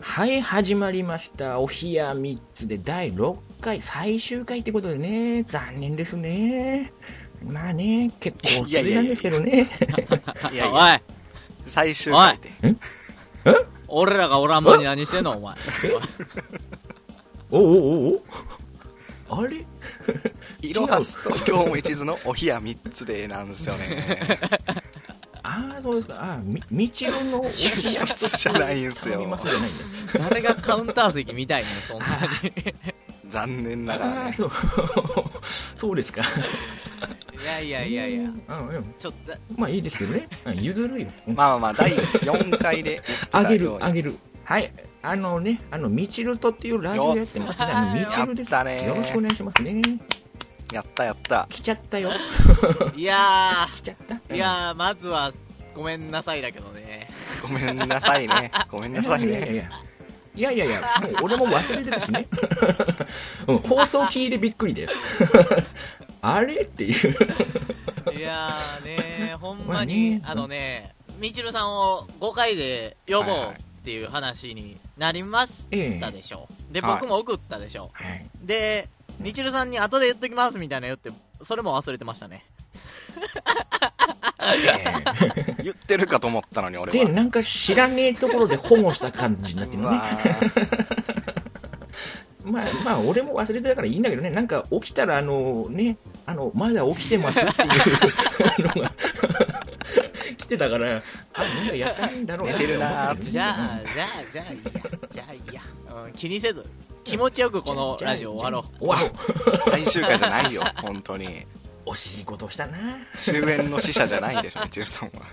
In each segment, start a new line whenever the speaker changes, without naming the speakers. はい始まりましたお冷や3つで第6回最終回ってことでね残念ですねまあね結構それなんですけどね
い
い
や
や
い
い
や、
や、
最終回で。
俺らがおらんまに何してんの、お前。
おおおおあれ
いろはすと今日も一途のお冷や三つでなんですよね。
ああそうですかあみみちろのお冷や
一つじゃないんすよ
頼みますじゃないんだ
誰がカウンター席みたいね、そんなに。
残念ながら
ああ
ね。
そう そうですか
いやいやいやいや、
うんうん
ちょっと、
まあいいですけどねうん譲るよ、うん
まあまあまあ、第4回で
あげ
言っ
る、
てた
あ
ように
げる。はい。あのね、あの、みちるとっていうラジオやってますね。あのみ
よっ
ちるです。
やったね
よろしくお願いしますね。
やったやった。
来ちゃったよ。
いや
来ちゃった。
ー、いやー、まずは、ごめんなさいだけどね。
ごめんなさいね。ごめ
うんん、
なさい
いやいや
ね。
いや。いやいやいや、もう俺も忘れてたしね。うん放送聞いてびっくりだよ。 あれっていう。
いやーね ー、ほんまに、
まあね
あのね、みちるさんを5回で呼ぼうっていう話になりましたでしょ。で、
はい
僕も送ったでしょ。
はい。
で、みちるさんに後で言っときますみたいな言って、それも忘れてましたね。
言ってるかと思ったのに俺
で、
は。
なんか知らねえところで保護した感じになってる
う
の ね。
わー
まあ、まあ、俺も忘れてたからいいんだけどね、なんか起きたら、あのね、あの、まだ起きてますっていうのが 来てたから、あ、みんなやったんだろう
寝てるなーっつって
じゃあ、じゃあ、じゃあ、いいや、じゃあ、いいや、うん、気にせず、気持ちよくこのラジオ終わろう。
う。終わろう。
最終回じゃないよ、本当に。
惜しいことしたな。
終焉の死者じゃないでしょ、みちるさんは。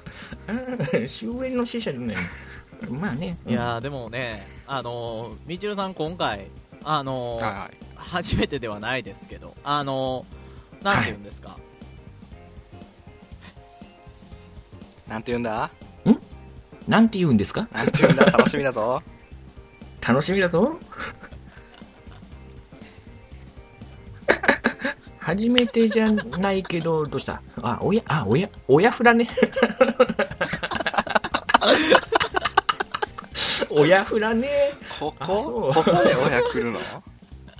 うん終焉の死者じゃない。まあね。
いやー、でもね、あのー、みちるさん、今回、あのー
は
初めてではないですけど、あのー、なんて言うんですか、
い。なんて言うんだ
うん、なんて言うんですか
なんて言うんだ楽しみだぞ。
楽しみだぞ。初めてじゃないけど、どうしたあ、おや、あ、おや、おやふらね。おやふらね。
こ
あ
こ
そ
ここで親来るの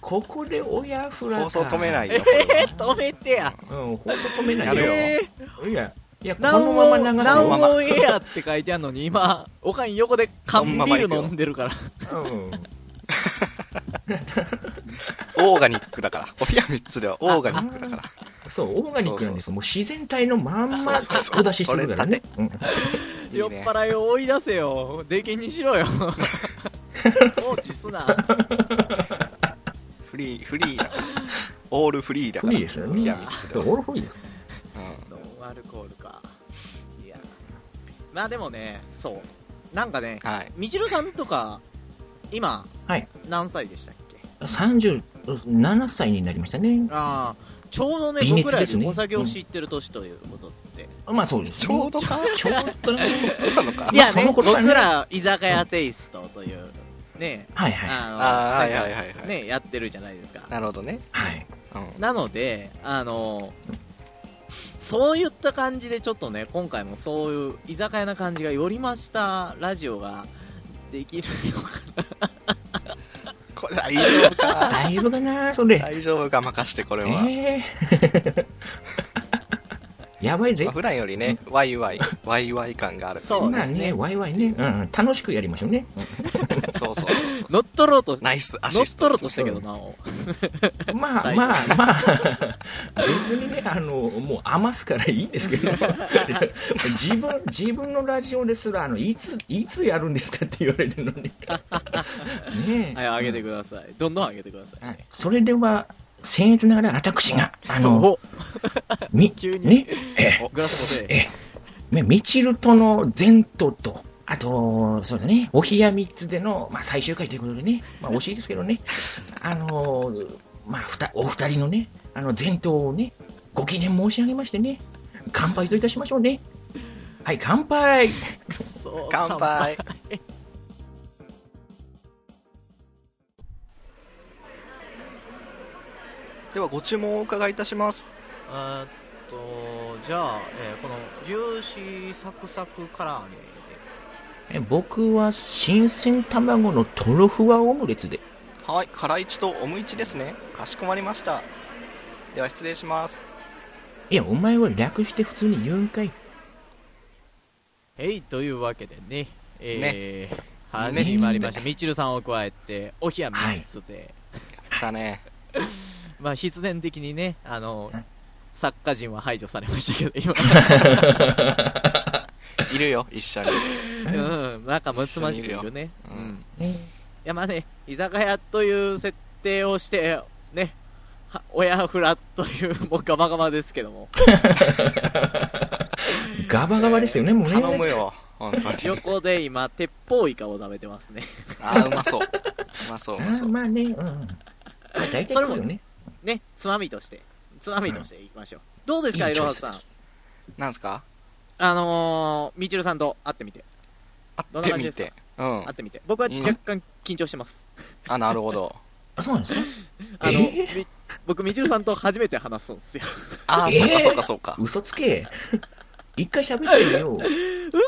ここでおやふらか。。
放送止めないい
え
よ。これは
ー、止めてや、
うん、放送止めない
やめろ
よ。
えー、
いや、いや、こ
ナウ
のまま流す
なお
よ。
まま
エアって書いてあるのに、今、おかん横で缶ビール飲んでるから、
うん
オーガニックだから。お部屋3つではオーガニックだから。
そう、オーガニックなんですよ。もう自然体のまんま
そうそうそう
お出ししてるからね。うん
いい
酔っ
ね
払いを追い出せよ、出禁に しろよ、放置すな。
フリー、フリーだから。オールフリーだか
フ
ら。
リーですよ
お部
ね。
屋3つで
オ
は。
ールフリーです。
うん
ノンアルコールかいやまあでもねそうなんかね
はい。
みちるさんとか今、
はい
何歳でしたっけ
37歳になりましたね。
ああちょうどね
微熱
僕ら
で
よ
す
り
ね
お酒を知ってる年ということって、
まあそうです、
ちょうどか
ちょうどね。
どうなのか
いや
そ
ね
の
僕
頃からね
ら居酒屋テイストというね
はいはい。
あ
あー
の
はいはいはい
なん
は
か
い
ねやってるじゃないですか
なるほどね。
はい。
うん。
なのであのそういった感じでちょっとね今回もそういう居酒屋な感じがよりましたラジオができるのか
これ大丈夫か。
だいぶかな、それ。
大丈夫か、任してこれ
え
は。
え ー。やばいぜ
まあ、。普段よりね、ワイワイ、ワイワイ感がある。
そう
今
ですね
ね、ワイワイね、うんうん、楽しくやりましょうね。
そうそうそうそう。
乗っ取ろうと、乗っ
ナイスアシスト。
取ろうとしたけどな、お
まあ
最初
まあまあ、別にね、あの、もう余すからいいんですけど、自分、自分のラジオですら、あの、いつ、いつやるんですかって言われるのに。ねえ。
はい、あげてください。どんどんあげてください。
はいそれでは、僭越ながら私が、あの、
お
み、
急に
ね、え
グラス持て。
ええ、ミチルとの前途と、あと、そうだね、お冷や3つでの、まあ、最終回ということでね、まあ、惜しいですけどね、あのーまあ、ふたお二人のね、あの前途をね、ご記念申し上げましてね、乾杯といたしましょうね。はい、乾杯
く そ
乾。杯。ではご注文をお伺いいたします。
えっと、じゃあ、えーこの、ジューシーサクサク唐揚げで。
え僕は新鮮卵のトロふわオムレツで。
はい辛いちとオムイチですねかしこまりましたでは失礼します
いや、お前は略して普通に言うんかい。
えいというわけでね、えー始まりました、みちるさんを加えて、おひや3つで、
だね
まあ必然的にね、あの
はい
作家陣は排除されましたけど、
いるよ一緒に
今、うん、なんかむつましくいるね。
一緒
う
にいるようん
ん
ね
いやまあね、居酒屋という設定をして、ね、は親フラという、もうガバガバですけども、
ガバガバでしたよね、もうね。
頼むよ本当に
横で今、鉄砲イカを食べてますね。
あーうまそううまそうう
あ
まそ
ー
う
まあね、うん。まあ大体
それ
こ
も
うよね。
ね、つまみとして、つまみとしていきましょう。どうですか、
い
い
い
ろ
調
は
子
さん。
なんですか
あのー、みちるさんと会ってみて、ど
会って
んな感じ
み
ですか
てうん
会ってみて。僕は若干緊張してます。
あなるほど
あ、そうなんですか
あの、
え
み僕、みちるさんと初めて話すんですよ。
あ
え
ー、
ー
そうかそうかそうか
嘘つけ。一回喋ってる よ。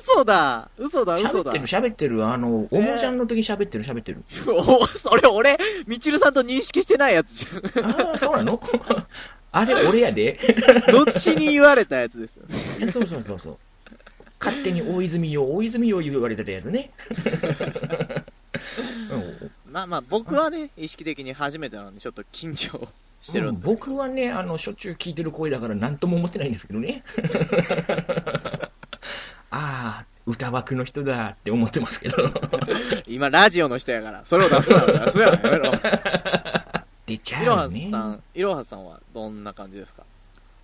嘘だ嘘だ嘘
喋っ
だ
てる、喋ってる。あの、おもちゃんの時喋ってる、喋ってる。
おそれ俺、みちるさんと認識してないやつじゃん。
ああ、そうなの あれ、俺やで。
後に言われたやつですよね。
そうそうそうそう。勝手に大泉洋、大泉洋言われてたやつ ね。うん
まあまあ、僕はね、意識的に初めてなので、ちょっと緊張してるんで。
僕はね、あの、しょっちゅう聞いてる声だから何とも思ってないんですけどね。 ああ、歌枠の人だって思ってますけ ど。
今、ラジオの人やから、それを出すなら出すやろ、やめろ。
出ち
いろ
ゃ
は
うね。
さん、いろはさんはどんな感じですか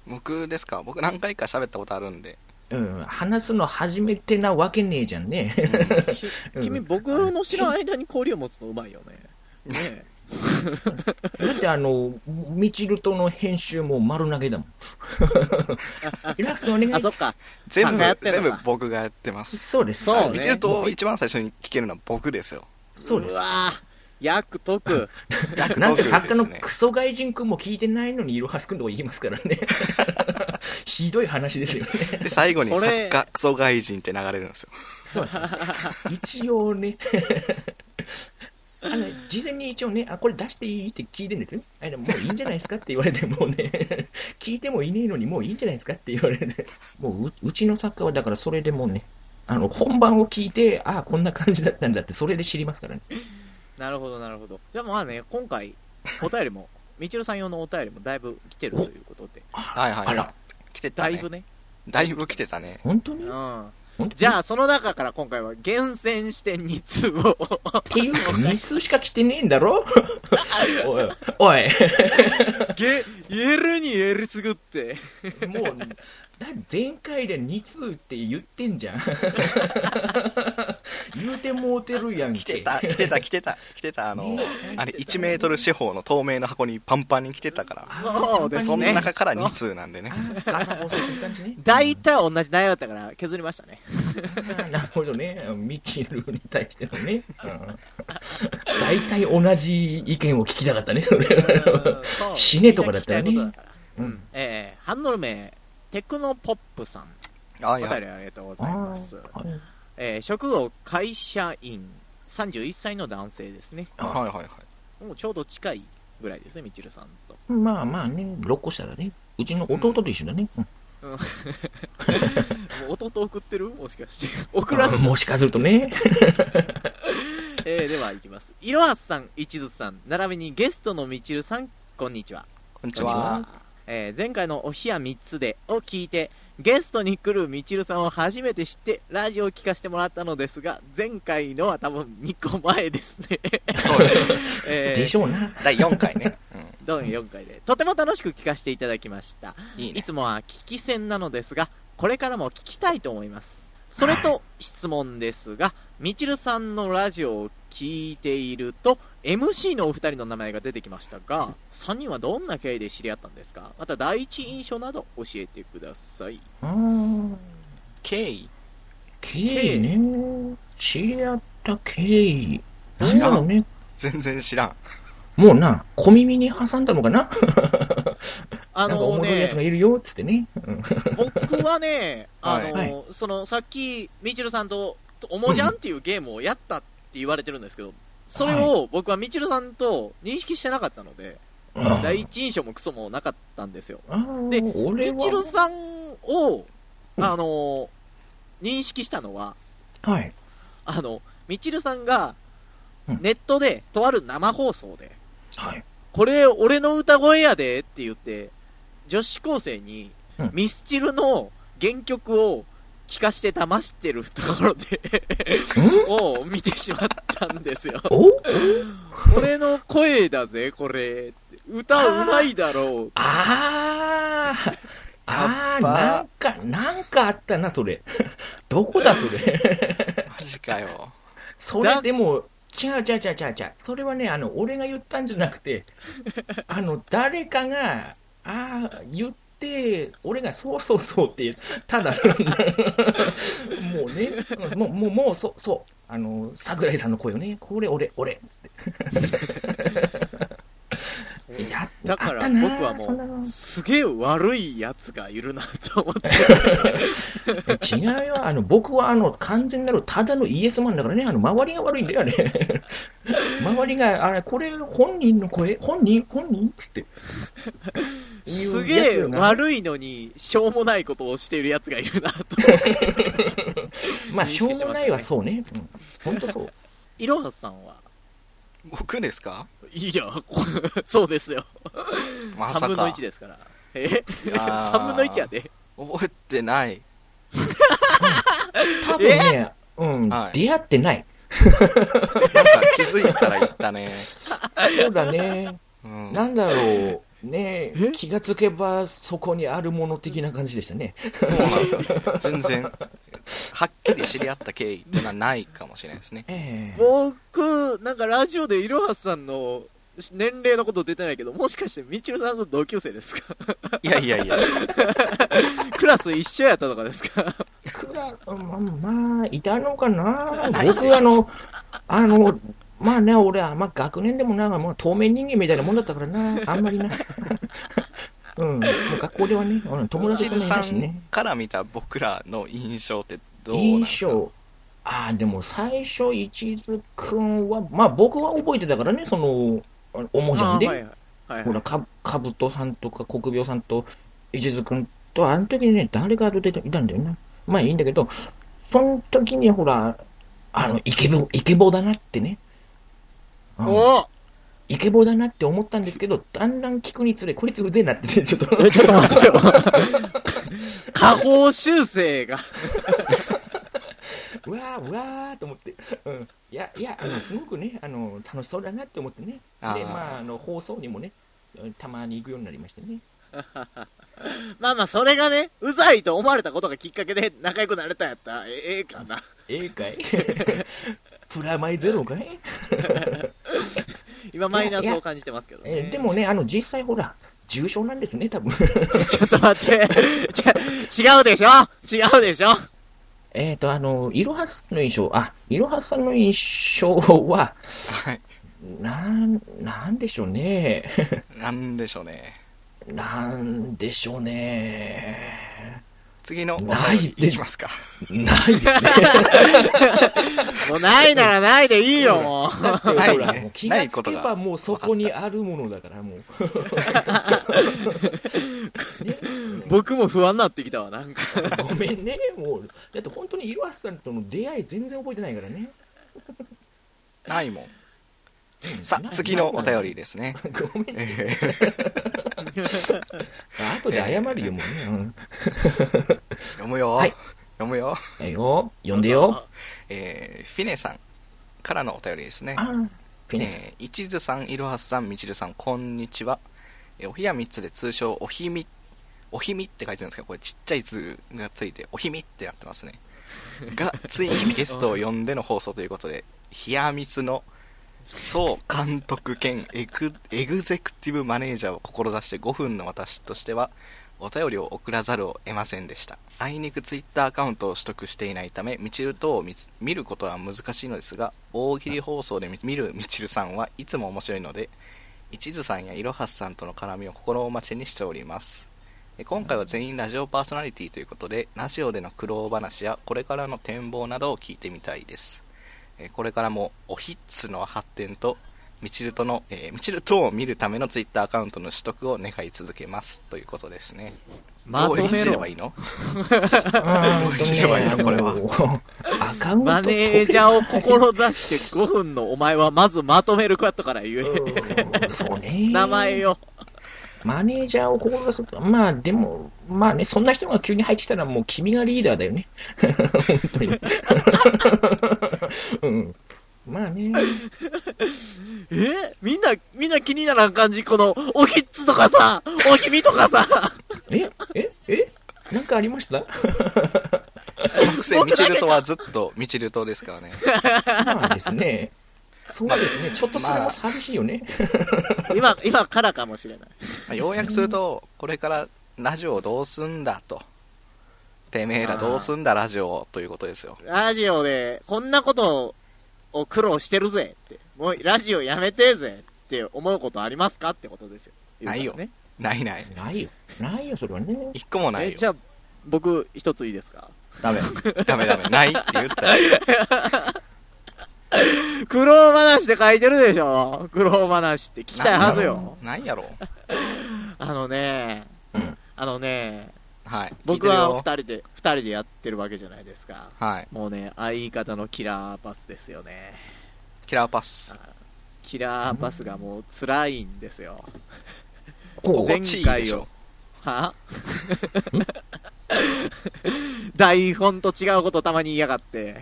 僕ですか僕何回か喋ったことあるんで、
うん、話すの初めてなわけねえじゃんね。
き
うん
君、僕の知らん間に交流を持つのうまいよね。ね
だってあの、みちるとの編集も丸投げ だもん。リラックスお願い
えあ、そっか。
全部
さんがやってん
全
の
部
か
僕がやってます
そうです。
そうね
みちると一番最初に聞けるのは僕です よ
そうです
う。わぁ、役解く。
約
なんせ
僕
作家の
ですね
クソ外人君も聞いてないのにいろはすくんとこ行きますからね。 ひどい話ですよね。
で最後に
これ
作家クソ外人って流れるんですよ
そうそうそう一応ね。あの事前に一応ね、あ、これ出していいって聞いてんですよ。あでももういいんじゃないですかって言われて、もうね、聞いてもいねえのにもういいんじゃないですかって言われて、もうううちの作家はだからそれでもうね、あの本番を聞いて、あこんな感じだったんだって、それで知りますからね。
なるほど、なるほど。じゃあまあね、今回、お便りも、みちるさん用のお便りもだいぶ来てるということで、
はいはい、
あら
来てた
だ
ね
いぶね。
だいぶ来てたね
本当に
うん。
本当に
じゃあ、その中から今回は厳選して2通を。
っていうか、日数しか来てねえんだろおい、おい、
げ、言えるに言えるすぐって。
もう、だ前回で2通って言ってんじゃん。言うてもうてるやんけ。
来てた来てた来てた来てたあの
ね
あれ1メートル四方の透明な箱にパンパンに来てたから
あ
そうですね。
その中から2通なんでね
あガサゴソする感じね。
大体同じ内容だったから削りましたね。
うんなるほどね。ミチルに対してのね。うん大体同じ意見を聞きたかったね、それは
そう
死ねとかだったよね
みんな聞きいことだから
うん
ええハンドル名、テクノポップさん。
あ
お
い
便
や
りありがとうござい
あ
ます。
ー
えー職業会社員、31歳の男性ですね。
はいはいはい
もうちょうど近いぐらいですね、みちるさん と。
まあまあね、6個下だね。うちの弟と一緒だね。うん
もう弟送ってるもしかして。 送らす。
もしかするとね。
えー、では行きます。いろはさん、いちずさん、並びにゲストのみちるさん、こんにちは。
こんにち
こんにちは
は
えー前回のお冷や3つでを聞いて、ゲストに来るみちるさんを初めて知って、ラジオを聞かせてもらったのですが、前回のは多分2個前ですね。
そうですそうです
えー
でしょうな。
第4回ね、 う
どん4回で。とても楽しく聞かせていただきました。
ん、いい
い
ね
つもは聞き戦なのですが、これからも聞きたいと思います。それと質問ですが、みちるさんのラジオを聞いていると、MC のお二人の名前が出てきましたが、3人はどんな経緯で知り合ったんですかまた第一印象など教えてください。
うん。
経緯
経緯ね。知り合った経緯。
知
な
ら
ん
ん
だろうね。
全然知らん
もうな、小耳に挟んだのかな
あ
なんかおも
の
ろいやつが
ね、
いるよ、つってね。うん
僕はね、あ の、
はい
そのさっき、みちるさんととおもじゃんっていうゲームをやったって言われてるんですけど、それを僕はみちるさんと認識してなかったので、
うん
第一印象もクソもなかったんですよ。
あー
で
俺は
みちるさんを、
うん
あの、認識したのは、
はい。
あの、みちるさんが
うん、
ネットで、とある生放送で、
はい。
これ俺の歌声やでって言って、女子高生に
うん
ミスチルの原曲を聴かして騙してるところ で
うん
を見てしまったんです よ。
お
俺の声だぜ、これ。歌うまいだろう。
あーあー、
やっぱ
なんか、なんかあったな、それ。 どこだ、それ。
マジかよ。
それでも、違う違う違う違う違う。それはね、あの、俺が言ったんじゃなくて、あの、誰かが、ああ、言って、俺がそうそうそうって言う、ただ、もうね、うんもう、もう、もう、そう、そう、あの、桜井さんの声をね、これ、俺、俺。やっ
だから
あったな
僕はもう
そんなの
すげえ悪いやつがいるなと思って。
違うよ、あの僕はあの完全なるただのイエスマンだからね、あの周りが悪いんだよね。周りが、あれ、これ本人の声、本人、本人っつって。
すげえ
いうやつが
悪いのに、しょうもないことをしているやつがいる なと。
まあ、
認
しょ
識
う
して
も
ましたね
ないはそうね。うん本当そう。
いろはさんは
僕ですか
いいよ、そうですよ。
まさか。
3分の1ですから。え
あー
?3 分の1やで。
覚えてない。
多分ね、うん、
はい
出会ってない。
なんか気づいたら言ったね。
そうだね。
うん。
なんだろう。ね
え
気がつけばそこにあるもの的な感じでしたね。
そうなんですよね。全然。はっきり知り合った経緯ってのはないかもしれないですね。
ええ
僕、なんかラジオでいろはさんの年齢のこと出てないけど、もしかしてみちるさんの同級生ですか
いやいやいや。
クラス一緒やったとかですか
いくら、うんまあ、いたのかな。僕、あの、あの、まあね、俺、あんま学年でもなんか、もう透明人間みたいなもんだったからな、あんまりな。 うん、もう学校ではね、うん友達
ち
とも
る
い
さ
ないしね
ん。から見た僕らの印象ってどうなんです
印
か
象、ああ、でも最初、一途君は、まあ僕は覚えてたからね、その、あのおもじゃんで、
あーはいはいはい
ほ
は
ら
い
か、かぶとさんとか、国病さんと、一途君と、あの時にね、誰が出ていたんだよな。まあいいんだけど、その時にほら、あの、イケボ、イケボだなってね。うん
お
イケボだなって思ったんですけど、だんだん聞くにつれ、こいつ腕になってて、ちょっと。
えちょっと待ってよ。下方修正が。
うわー、うわーと思って、うん、いや、いやあの、すごくねあの、楽しそうだなって思ってね、で
あー
まあ、あの放送にもね、うんたまに行くようになりましてね、
まあまあ、それがね、うざいと思われたことがきっかけで仲良くなれたんやったら、えええかな。
ええか い、プラマイゼロかい、
今、マイナスを感じてますけどね。
えーでもね、あの実際、ほら、重症なんですね、多分
ちょっと待って。 ち違うでしょ違うでしょ
えっと、あの、いろはさんの印象、あいろはさんの印象は、
はい。
なんなんでしょうね。
なんでしょうね。
なんでしょうね。
次のお便
ない
りいきますか。
ない
もうないならないでいいよ、もう。
だってほ
ない
ら、
ね
もう気がつけ
ないことが
ばもうそこにあるものだから、もう。ね
僕も不安になってきたわ、なんか。
ごめんね、もう。だって本当にいろはさんとの出会い全然覚えてないからね。
ないもん。さ
な
あ、次のお便り。ですね。
ないもんごめん。
えー
あ後で謝るよ、もうね。うん
読むよ。
はい
読むよ。
はいよ、呼んでよ。。
えーフィネさんからのお便りですね。
あフィネさん。
えー、一途さん、いろはすさん、みちるさん、こんにちは。えーおひやみつで通称、おひみ、おひみって書いてるんですけど、これちっちゃい図がついて、おひみってなってますね。が、ついにゲストを呼んでの放送ということで、ひやみつの総監督兼エグエグゼクティブマネージャーを志して5分の私としては、お便りを送らざるを得ませんでしたあいにくツイッターアカウントを取得していないためみちるとを見つ見ることは難しいのですが大喜利放送で見見るみちるさんはいつも面白いので一途さんやいろはすさんとの絡みを心待ちにしておりますええ今回は全員ラジオパーソナリティということでラジオでの苦労話やこれからの展望などを聞いてみたいですえこれからもおひっつの発展とみちるとの、えーみちるとを見るためのツイッターアカウントの取得を願い続けますということですね
まと
どう
め
返事すれ
ろ
ばいい の
うん
どうすればいいのこれは
アカウント
マネージャーを志して5分のお前はまずまとめるかとから言え。
うんそうね。
名前を。
マネージャーを志すとか、まあでも、まあね、そんな人が急に入ってきたら、もう君がリーダーだよね。本当 に。うん。まあね。
えみんな、みんな気にならん感じこの、おひっつとかさ、おひみとかさ、
えええなんかありました
そのくせ
僕
み
だけ
ち
か
るとはずっとみちるとですからね
まあですね。そうですね。ちょっとそれ
ま
も
あ
寂しいよね。
今、今からかもしれない。
まあ要約すると、これからラジオをどうすんだと。てめえらどうすんだラジオをということですよ。
ラジオで、こんなことを苦労してるぜって、もうラジオやめてぜって思うことありますかってことですよ。
ないよ
言うか
ないない。
ないよ。ないよ、それはね。
一個も
ら
な
ね。
い
え、
よ
じ。ゃあ、僕、一ついいですか
ダメ。ダメダメ。ないって言ったよ。
苦労話って書いてるでしょ苦労話って聞きたいはずよ。
ないやろ。
あのね、
うん
あのね、
はい。
僕は
聞
二
いてるよ
人で、二人でやってるわけじゃないですか。
はい。
もうね、相方のキラーパスですよね。
キラーパス。
キラーパスがもう辛いんですよ。
こ
前
心地いいで
回
し
を
ょ。
は台本と違うことたまに言いやがって。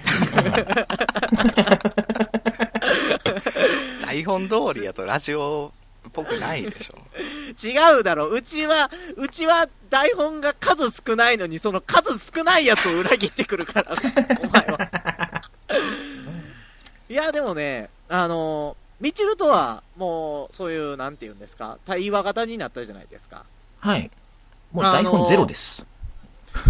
台本通りやとラジオっぽくないでしょ。
違うだろうちは、うちは台本が数少ないのに、その数少ないやつを裏切ってくるから、お前は。いや、でもね、あの、ミチルとは、もう、そういう、なんて言うんですか、対話型になったじゃないですか。
はい。もう台本ゼロです。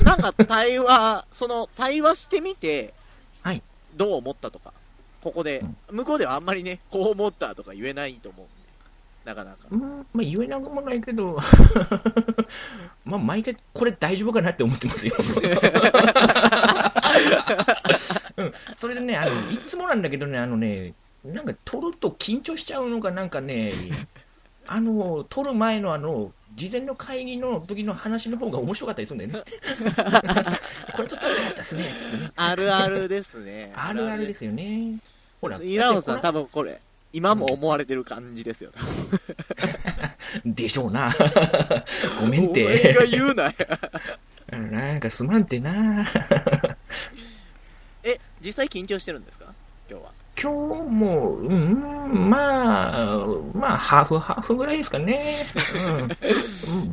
なんか対話、その対話してみて、
はい
どう思ったとか、ここで
うん、
向こうではあんまりね、こう思ったとか言えないと思うんで、なかなか。
うん、まあ言えなくもないけど、 まあ毎回これ大丈夫かなって思ってますよ。 うん、それでね、あのいつもなんだけどね、あのね、なんか撮ると緊張しちゃうのが、なんかね、あの撮る前のあの事前の会議の時の話の方が面白かったりするんだよね。 これ撮ったらよかったですね、つってね。。
あるあるですね
あるあるですよね。ほら、
イラオさん、
だって
多分これ、今も思われてる感じですよ。
これでしょうな。 ごめんっ
お前
て。
が言う なよ。
なんかすまんてな。
え、実際緊張してるんですか今日は。
今日も、うん、まあ、まあ、ハーフ、ハーフぐらいですかね。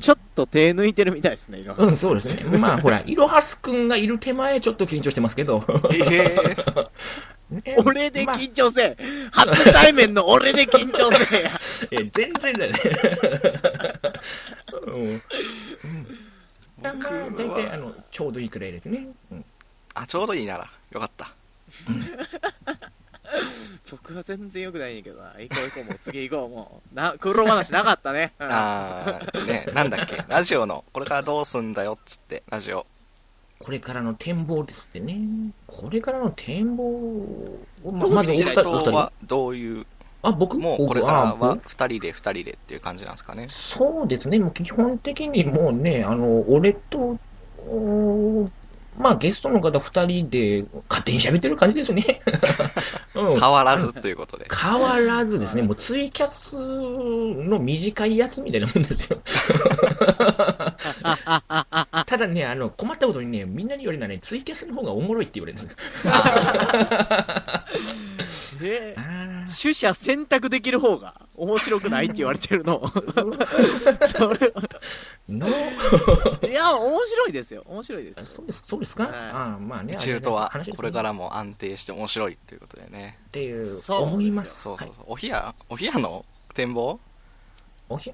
ちょっと手抜いてるみたいですね、今
うん、うん、そうですね。まあ、ほら、いろはすくんがいる手前、ちょっと緊張してますけど。
え
ね
俺で
まあ
緊張せえ、初対面の俺で緊張せえや
え全然だよね。 うん。まあ、
僕は
大体、あの、ちょうどいいくらいですね。うん
あ、ちょうどいいなら。よかった。
僕は全然良くないんやけどな。行こう行こう、もう次行こう、もう。な、苦労話なかったね。うん
あー、ね、なんだっけ。ラジオの、これからどうすんだよっつって、ラジオ。
これからの展望ですってね。これからの展望を、ま
どう
ま
す
ずお二
みち
るん
る
人、
と
お二人
はどういう
あ、僕
もうこれか
僕
ら
あ僕
は2人で2人でっていう感じなんですかね。
そうですね、もう基本的にもうね、あの俺と、おーまあ、ゲストの方2人で勝手に喋ってる感じです ね。うん
変わらずということで。
変わらずですね、もうツイキャスの短いやつみたいなもんですよ。ただね、あの困ったことにね、みんなに言われるのはね、ツイキャスの方がおもろいって言われるんですよ
え
あー
取捨選択できる方が面白くないって言われてるの。 それは
の
いや、面白いですよ。面白いですよ。
そうですそうですか、
はい
あーまあね、
みちるとは
あれね
これからも安定して面白いということでね。
っていう
そうなん
思
ですよ
います。
そうそう
はい
そう。お部屋、お部屋の展望
おひ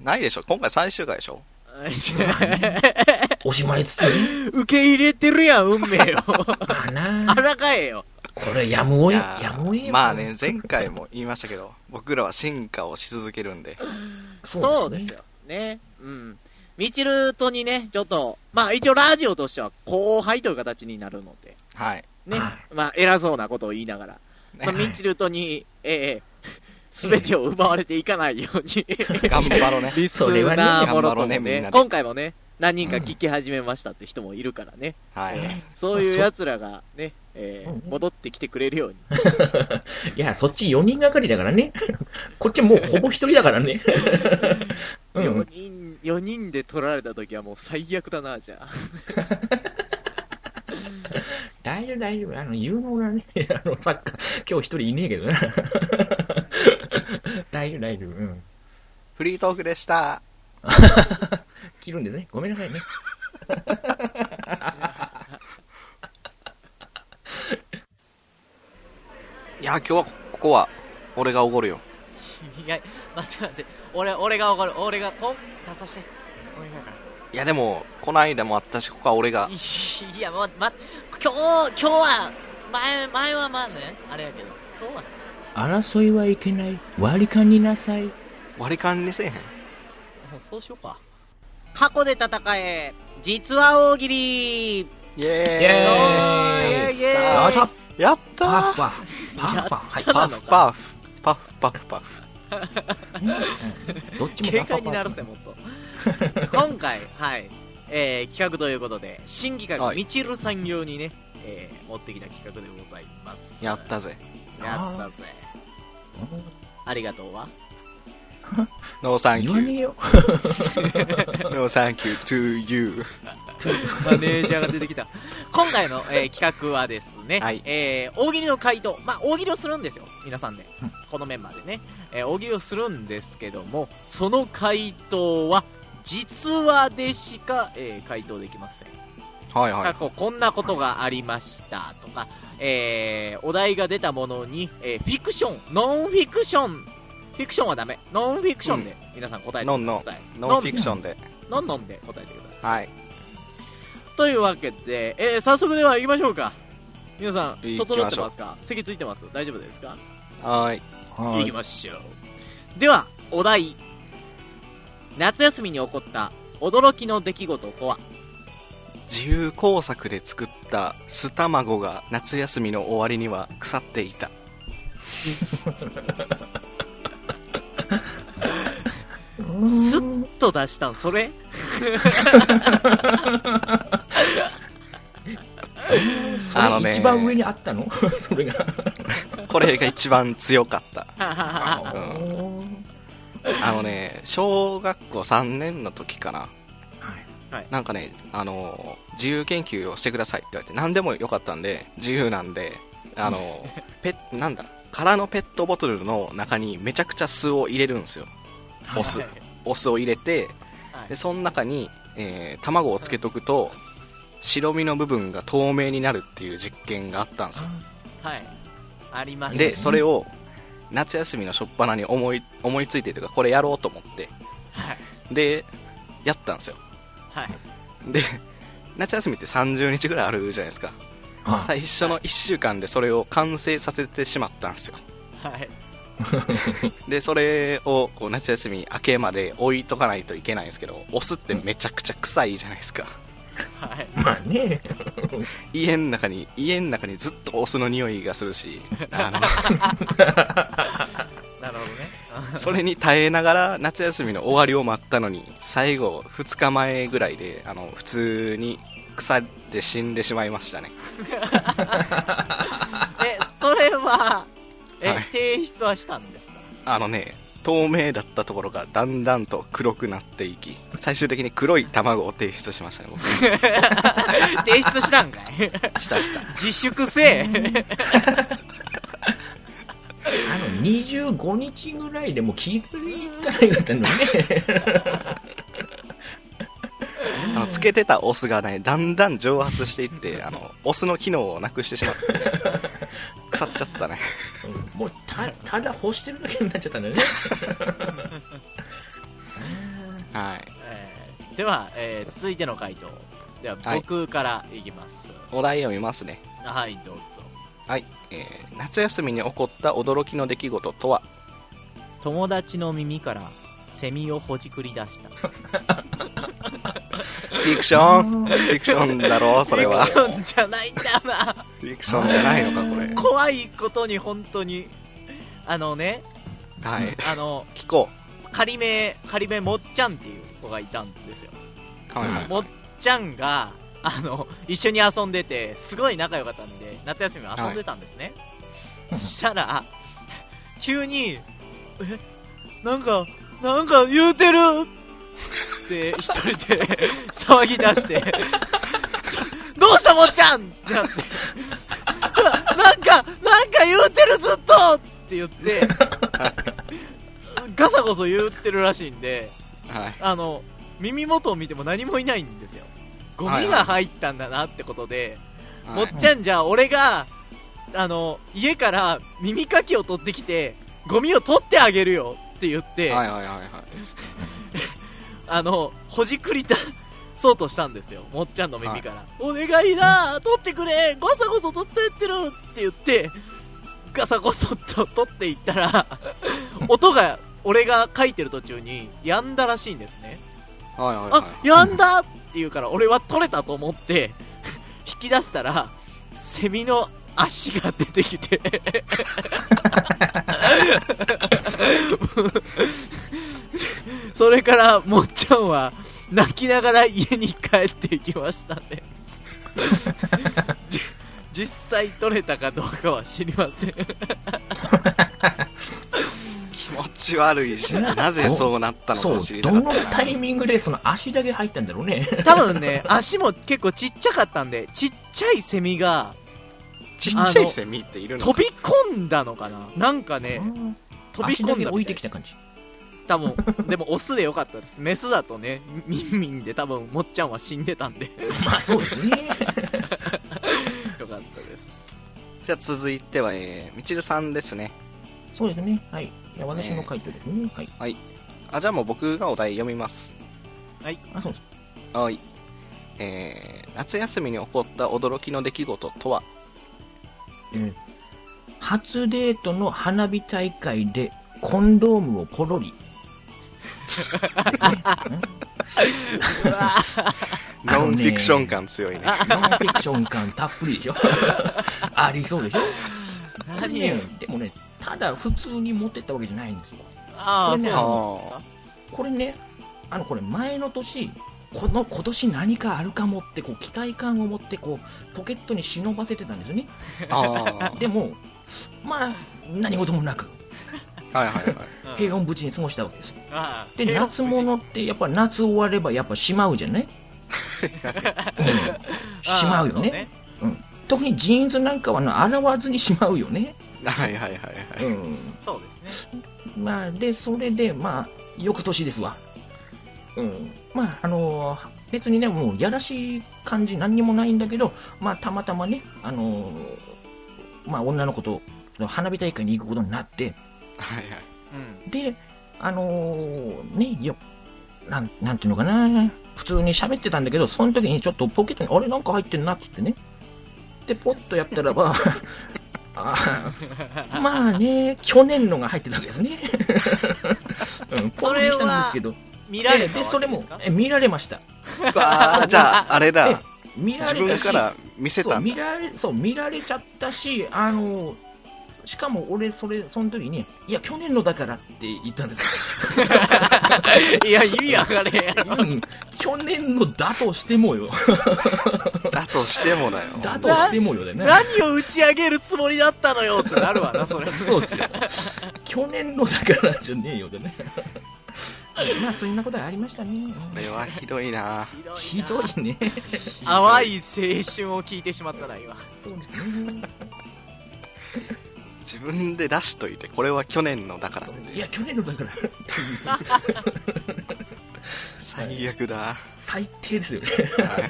ないでしょ今回最終回でしょ
惜しまれつつね、
受け入れてるやん、運命 を。
まあな
あらかえよ。
これやむを
い
え、
やー
やむをえよ
まあね、前回も言いました けど、僕らは進化をし続けるんで。
そうですよ。ね。うん。みちるとにね、ちょっと、まあ一応ラジオとしては後輩という形になるので、
はい。
ね、
は
まあ偉そうなことを言いながら、
ね
まあ、みちるとに、 ええ、すべてを奪われていかないよ うに、
頑張ろうね。
リスナーもろと
そ
も
れはね頑張ろうねみん
ね
な、で
今回もね、何人か聞き始めましたって人もいるからね、
はい。
え
そういう奴らがね、ええ
うんうん
戻ってきてくれるように、
いや、そっち4人がかりだからね。 こっちもうほぼ1人だから ね。う
4
ん、
人、4人で取られた時はもう最悪だな、じゃあ。
大丈夫、大丈夫。あの、有能なね、 あの、サッカー、今日1人いねえけどな。 大丈夫、大丈夫。うん。
フリートークでした。
切るんですね。ごめんなさいね。
いや、今日はこここは、俺がおごるよ。
いや、待って待って、俺、俺が怒る、俺が、ポン、出させて。俺が
いや、でも、この間もあったし、ここは俺が。
いや、ま、ま、今日、今日は、前、前はまあね、あれやけど、今日はさ、
争いはいけない。割り勘になさい。
割り勘にせえへん。
もうそうしようか。過去で戦え、実は大喜利
イエーイ
イエ
ーイイエーイ
よいしょ
やった
パ
ー
フパフ。パフパフ。はい。
ただ
パ
の
フ
か
パフ。パフパフパフ。
うんどっちも
警
パフパ
戒
フ
になるせ、もっと。今回、はい、えー企画ということで、新企画、
はい
みちるさん用にね、えー持ってきた企画でございます。
やったぜ。
やったぜ。ありがとうは。
ノーサンキ
言
ュ
わね
ー。
えよ。
ノーサンキュー to you。
マネージャーが出てきた。今回の、えー企画はですね、
はい
えー大喜利の回答、まあ、大喜利をするんですよ、皆さんで、このメンバーでね、えー大喜利をするんですけども、その回答は、実話でしか、えー回答できません。
はいは
過去こんなことがありましたとか、えーお題が出たものに、えーフィクション、ノンフィクション、フィクションはダメ、ノンフィクションで皆さん答えて
ノン
く
ノ
だ
ン
さい。
い。ノンフィクションで。
ノンノンで答えてください。
はい。
というわけで、えー早速では行きましょうか。皆さん、
行きましょう
整ってますか席ついてます大丈夫ですか
はーい。
は
行
い
きましょう。では、お題。夏休みに起こった驚きの出来事とは
自由工作で作った酢卵が夏休みの終わりには腐っていた。
うん
スッと出したん、それ
そ
あの
れ
ね
一番上にあったのそれが。
これが一番強かった。
あ
うん
ー
あのね、小学校3年の時かな。
はい
なんかね、あのー自由研究をしてくださいって言われて、何でもよかったんで、自由なんで、あのーペッ、なんだ、空のペットボトルの中にめちゃくちゃ酢を入れるんですよ。お酢。
はい
お酢を入れて、
はい
でその中に、えー卵をつけとくと、白身の部分が透明になるっていう実験があったんですよ。
はい。ありましたね
で、それを、夏休みの初っ端に思い思いついてというか、これやろうと思って、
はい。
で、やったんですよ。
はい。
で夏休みって30日ぐらいあるじゃないですか
あ
最初の1週間でそれを完成させてしまったんですよ
はい。
でそれをこう夏休み明けまで置いとかないといけないんですけどお酢ってめちゃくちゃ臭いじゃないですか
はい。
まあね。
家の中に家の中にずっとお酢の匂いがするしあ
なるほどね。
のそれに耐えながら夏休みの終わりを待ったのに最後2日前ぐらいであの普通に腐って死んでしまいましたね
え、それは、え、
はい
提出はしたんですか
あのね、透明だったところがだんだんと黒くなっていき、最終的に黒い卵を提出しましたね、僕。
提出したんかい
したした。
自粛せえ
あの、25日ぐらいでもう気づいたらよかったのね。
あの、つけてたオスがね、だんだん蒸発していって、あの、オスの機能をなくしてしまって、腐っちゃったね。
もうた、ただ干してるだけになっちゃったんだよね。
はい。
えーでは、えー続いての回答。では、
はい
僕からいきます。
お題を見ますね。
はい、どうぞ。
はい。えー夏休みに起こった驚きの出来事とは、
友達の耳からセミをほじくり出した。
フィクションフィクションだろう それは
フィクションじゃないんだな
フィクションじゃないのかこれ
怖いことに本当にあのね
はい
あの
聞こ
仮名仮名もっちゃんっていう子がいたんですよ
うはいはい
もっちゃんがあの一緒に遊んでてすごい仲良かったんで夏休みも遊んでたんですね、
い
したら急に「えなんかなんか言うてる!」って一人で騒ぎ出して「どうしたもっちゃん!」ってなって「ななんかなんか言うてるずっと!」って 言ってガサゴソ言ってるらしいんで
はい
あの耳元を見ても何もいないんですよゴ
は
ミ
い
が入ったんだなってことで、
はい
もっちゃんじゃあ俺があの家から耳かきを取ってきてゴミを取ってあげるよって言って、
はいはいはいはい
あのほじくりたそうとしたんですよもっちゃんの耳から、お願いだ取ってくれゴサゴソ取ってってるって言ってガサゴソっと 取っていったら音が俺が書いてる途中にやんだらしいんですね
はいはい
あ
は
やんだって言うから俺は取れたと思って 引き出したらセミの足が出てきて それからもっちゃんは泣きながら家に帰っていきましたね じ実際取れたかどうかは知りません
い気持ち悪いしなぜそうなったのか
そ
も
う
知、りた
ど
かっ
の
たな
タイミングでその足だけ入ったんだろうね。
多分ね足も結構ちっちゃかったんでちっちゃいセミが
ちっちゃいセミっているの
飛
か
び込んだのかななんかね
うん
飛び
足
込
だ
ん
け
だ
置
み
い
た
て
い
きた感じ。
多分でもオスでよかったですメスだとねミンミンで多分もっちゃんは死んでたんで
まあそうですね。
よかったです
じゃあ続いてはえーみちるさんですね
そうですね。はい。いや私の回答ですね。はい。
あじゃあもう僕がお題読みます
あ、そうです。
はいえー夏休みに起こった驚きの出来事とは
うん初デートの花火大会でコンドームをポロ リ。ですねうん
うわ
あ
ノ
のね
ンフィクション感強いね
ノンフィクション感たっぷりでしょ ありそうでしょ
ー
これ
何
ねでもね、ただ普通に持ってったわけじゃないんですよ。
あ
こ
あ
れね
そう
あ
これね、あのこれ前の年、この今年何かあるかもってこう期待感を持ってこうポケットに忍ばせてたんですよね。
ーあ ー
でも、まあ何事もなく
はいはいはい
うん
平穏無事に過ごしたわけです。
あー
で
平和
夏物ってやっぱ夏終わればやっぱしまうじゃない、うん、しまうよね特にジーンズなんかはな洗わずにしまうよね、
はいはいはいはい、
う
そうですね
んまあ、でそれでまあ翌年ですわ、うん、まああのー別にねもうやらしい感じ何にもないんだけどまあたまたまねあのーまあ女の子と花火大会に行くことになって
はいはい
うん
で、あのーね、よ、なん、なんていうのかな、普通に喋ってたんだけど、その時にちょっとポケットに、あれ、なんか入ってんなっつってね。で、ポッとやったら ば、あーまあね、去年のが入ってたわけです ね。うん、ポ
そ
ロリ
れは
したんですけど、
見られ
え
た
で、それも
わけです
え見られました。
あーじゃああれだ
見ら
自
れた
分
し
から見せ
そ
た
うん
だ
見られそう見られちゃったし、あのーしかも俺、それ、その時に、いや、去年のだからって言ったんですよ
かいや意味わかれへんやろ
うん去年のだとしても よ、
だとしてもだよ
だとしてもよでね、
何を打ち上げるつもりだったのよってなるわなそれ
そうですよ、去年のだからじゃねえよでね、まあ、そんなことはありましたね、
これはひどいな
ひどいな
ひどいね、
淡い青春を聞いてしまったな今
そうですね
自分で出しといてこれは去年のだから
いや、去年のだから、
最悪だ、
最低ですよね、
はい、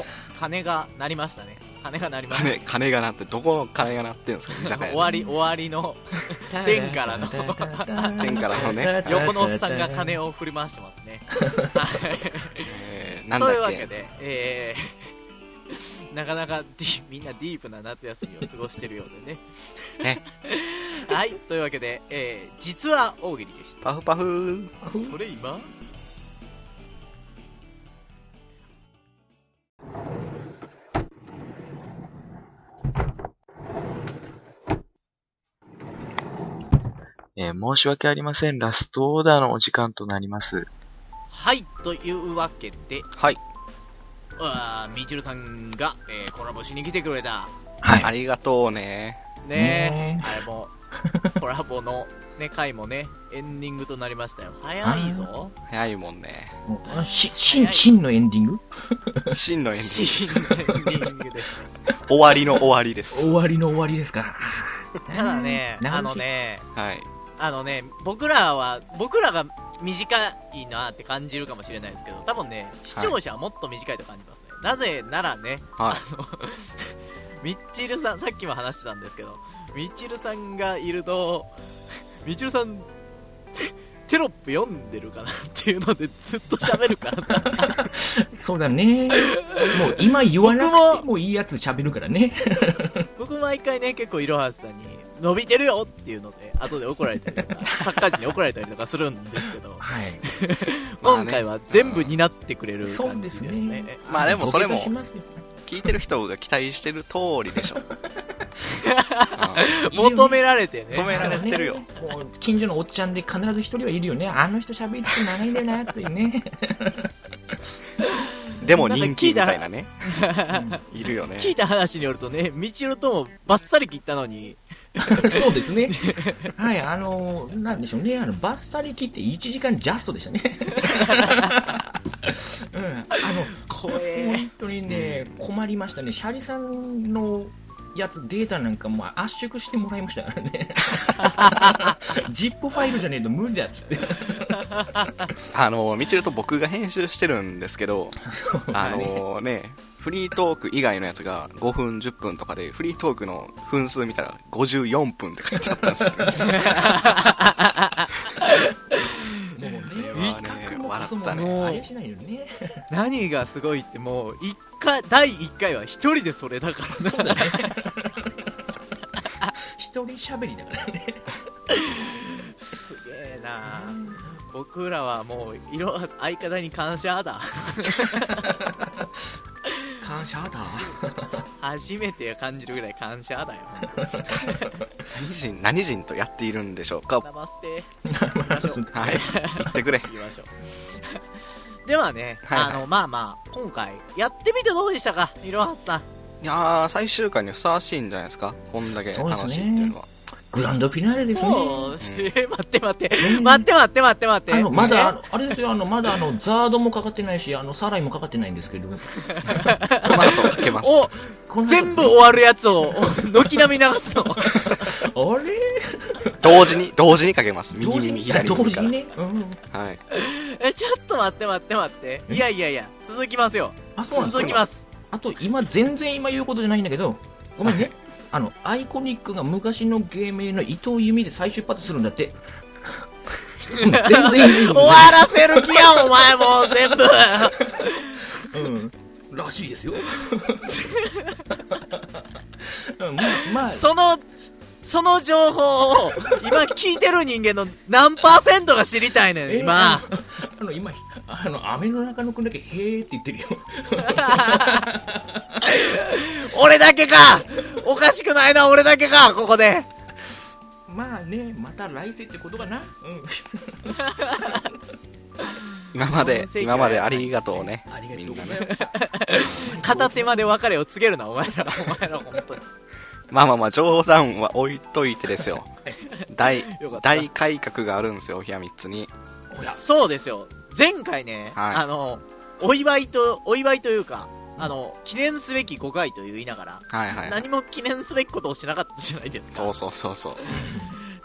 お鐘が鳴りましたね鐘が鳴りました
金金が鳴ってどこの金が鳴ってるんですか 居酒屋
終わり終わりの 天から の
天からのね
横のおっさんが金を振り回してますね。はい
えーなんだっ
と
け
いうわけで、えー なかなかディみんなディープな夏休みを過ごしてるようでね。
ね
はい、というわけで、えー実は大喜利でした。
パフパフ
それ今
えー申し訳ありません。ラストオーダーのお時間となります。
はい、というわけで、
はい、
あーみちるさんが、えーコラボしに来てくれた。
はい。
ありがとうね。
ね
ね
え、あれ も、コラボの、ね、回もね、エンディングとなりましたよ。早いぞ。
早いもんね。
えし、しん、しんのエンディング
真のエンディング
シーズンエンディング ですね。
終わりの終わりです
終。わりの終わりですか。
ただね、
うん
あのね、
はい。
あのね、僕らは、僕らが短いなって感じるかもしれないですけど、多分ね、視聴者はもっと短いと感じますね。なぜならね、
は
ミッチルさん、さっきも話してたんですけど、ミッチルさんがいると、 ミッチルさん、 テテロップ読んでるかなっていうので、ずっと喋るからな
そうだね。もう今言わなくてもいいやつ喋るからね。
僕、毎回ね、結構、いろはさんに、伸びてるよっていうので、後で怒られたりとか、作家陣に怒られたりとかするんですけど、
はい。
まあね
今回は全部担ってくれる
そう
感
で
じ
す
ですね。
ね。
まあでもそれも
土下座しますよ
い。聞いてる人が期待してる通りでし ょ。
求められて
求め
ね、
られてるよ。
もう近所のおっちゃんで必ず一人はいるよね。あの人喋る人長いんだよなっていうね。
でも人気みたいなね。 いるよね。
聞いた話によるとね、みちるともバッサリ切ったのに、
そうですね。はい、あの、なんでしょうね。あの、バッサリ切って1時間ジャストでした ね。うん。あの、
怖え
本当にね、困りましたね、シャリさんのやつ、データなんかもう圧縮してもらいましたからね、ZIP ファイルじゃねえと無理だっつって、
あの、みちると僕が編集してるんですけ ど、
そう
あのね、フリートーク以外のやつが5分、10分とかで、フリートークの分数見たら54分って書いてあったんですよ。
もうね、
はね
威嚇もクソも
笑った
ね
もうあれしないのにね、
何がすごいってもう一回第1回は一人でそれだからな
一人喋りだからね、
すげえな僕らはもう色々相方に感謝だ
感謝だ、
初めて感じるぐらい感謝だよ
何人、何人とやっているんでしょうか。
ナマステ
はい。言ってくれ。
言いましょう ではね、
はいはい
あのまあまあ今回やってみてどうでしたかいろはさん
いやー、最終回にふさわしいんじゃないですか。こんだけ楽しいっていう のは。
グランドフィナーレですね。
そう、 え待って待って
うん
待って待って待って待っ
あ
て
のまだ、あ
ね
のあれですよ、あのまだあのザードもかかってないし、あのサライもかかってないんですけど、
この後聞けます。
お
こんな
全部終わるやつを 軒並み流すの
あれ
同時に、同時にかけます。右
同時
耳、
に
左
同
耳
時
か
に
ら。
ね、うん、
はい。
えちょっと待って待って待っていやいやいや続きますよ
あそうなんですか
続きます
あと今全然今言うことじゃないんだけどごめんねあのアイコニックが昔の芸名の伊藤由美で再出発するんだって全然言う
終
こと
わらせる気 やお前もう全部
じゃない、うん、らしいですようんまあまあ
そのその情報を今聞いてる人間の何パーセントが知りたいねん
えー
今、
あの今あの雨の中のくんだけ「へえ」って言ってるよ
俺だけかおかしくないな俺だけかここで
まあねまた来世ってことかなう
今ま で
音声、
今までありがとうね。
んありが
み
と
ん
うご
な
ざい
ね。
ました
片手まで別れを告げるなお前らお前ら本当に
まあまあまあ、冗談は置いといてですよ。大
よかっ、た
大改革があるんですよ、お部屋3つに。
おや
そうですよ前回ね、
はい
あのお祝いとお祝いというかあの記念すべき5回と言いながら、
はいはいはい。
何も記念すべきことをしなかったじゃないです
そ
か
うそうそうそ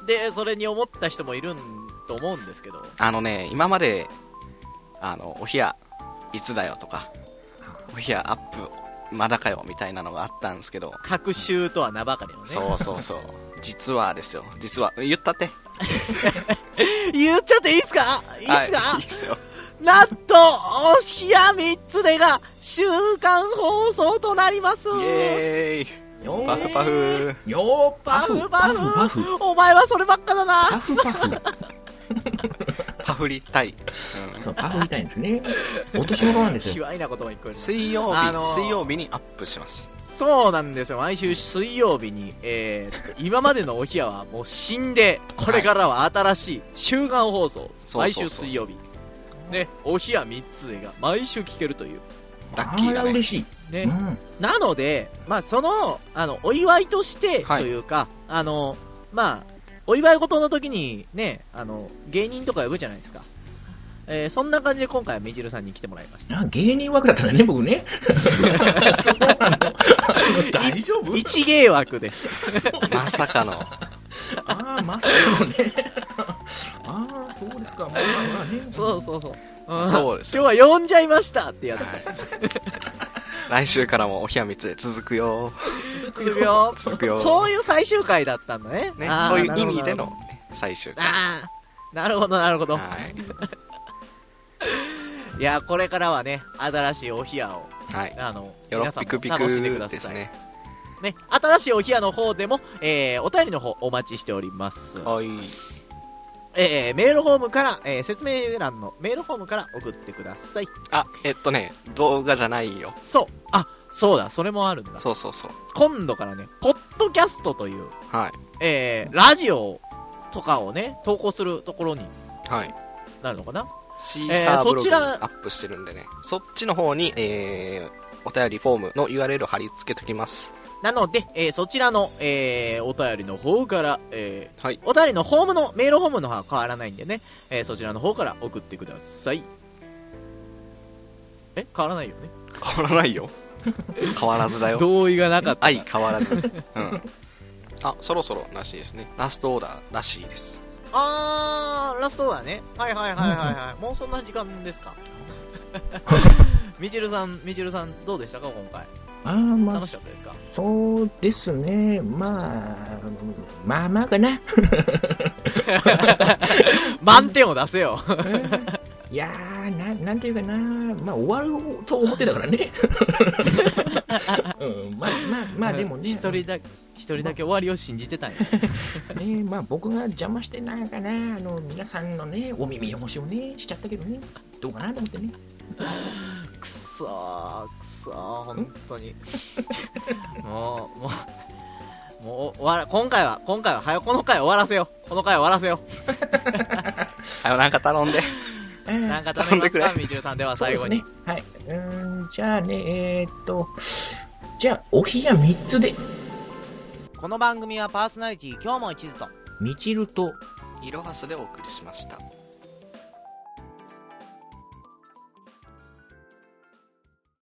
う。
でそれに思った人もいるんと思うんですけど
あのね、今まで、あの、お部屋、いつだよとか、お部屋アップ、まだかよ、みたいなのがあったんですけど、
隔週とは名ばかりのね
そうそう そう。実はですよ、実は、言ったって。
言っちゃっていいっすかいいっ
はい
すか、
いいっすよ。
なんとお冷や三つでが週間放送となります
イエーイ
よ
パフパフ
ーよー
バ
パ
フ
フ
バ
パ
フ
フパフ
お前はそればっかだ
パ
な
フパフ
パパフリ対、う
そ
ん
う、パフみたいんですね。お年頃なんです
卑
よ。
猥なことも聞こえる
水曜日、
あのー
水曜日にアップします
そうなんですよ毎週水曜日に、えーっと今までのお冷やはもう死んでこれからは新しい週刊放送
そう
毎週水曜日ねお冷や3つが毎週聞けるという
ラッキーだ
あら
ね
嬉しい。
ね、
うん。
なので、まあ、そのあのお祝いとして
はい
というか、あのまあ、お祝い事の時にねあの芸人とか呼ぶじゃないですか、えーそんな感じで今回はみじるさんに来てもらいました
あ芸人枠だったんだね、僕 ね。そうなの。大丈夫
一芸枠です
まさかの
ああ、 まさかのね。ああ、そうですか。まあまあね。
そうそうそう、ん
そうです
今日は呼んじゃいましたってやつです
来週からもおひやみつで続くよ
続くよ
続くよ
そういう最終回だったんだね
ね
あー
そういう意味で
なるほどなるほ
の
ど
最終回
あーなるほどなるほど
はい
いやこれからはね新しいお冷やを
はい
あの
よろ
皆さん
ぴ
も
くぴ
楽しんでくだ
く
さい
ですね
ね、新しいお部屋の方でも、えーお便りの方お待ちしております。
はい
えーメールフォームから、えー説明欄のメールフォームから送ってください。
あえっとね動画じゃないよ
そう。あ、そうだ、それもあるんだ。
そうそうそう
今度からね、ポッドキャストという、
は
えーラジオとかをね、投稿するところに
いはい
なるのかな
シーサーブログ
そ
に
ち
ア
ら
ップしてるんでね、そっちの方に、えーお便りフォームの URL 貼り付けておきます
なので、えーそちらの、えーお便りの方から、えー
はい
お便りのホームの、メールホームの方は変わらないんでね、えーそちらの方から送ってください。え、変わらないよね。
変わらない よ変わらずだよ
同意がなかった。
愛変わ らず、うん、あそろそろらしいですねラストオーダーらしいです
あー、ラストはね。はいはいはいはい、はい。もうそんな時間で すか。みちるさん、みちるさん、どうでしたか、今回。
ああ、まあ
楽し、かったですか。
そうですね。まあ、まあまあかな。
満点を出せよ。
いやーな、なんていうかな、まあ、終わると思ってたから ね。うん、まあ、まあ、まあ、でもね、
一人だけ、一人だけ終わりを信じてたんや。
ねまあ、僕が邪魔してなんかな、あの、皆さんのね、お耳汚しをね、しちゃったけどね、どうかなと思ってね。
くそーくそー本当にもうもうもう終わら今回は今回は早くこの回終わらせようこの回終わらせよ
はよなんか頼んで
あ
う
ー
なんか頼みます
頼
か
ん
みちるさんでは最後に、
そうですねはい。うーん、じゃあね、えーっと、じゃあ、お部屋3つで、
この番組はパーソナリティ今日も一途と
みちると、
いろはすでお送りしました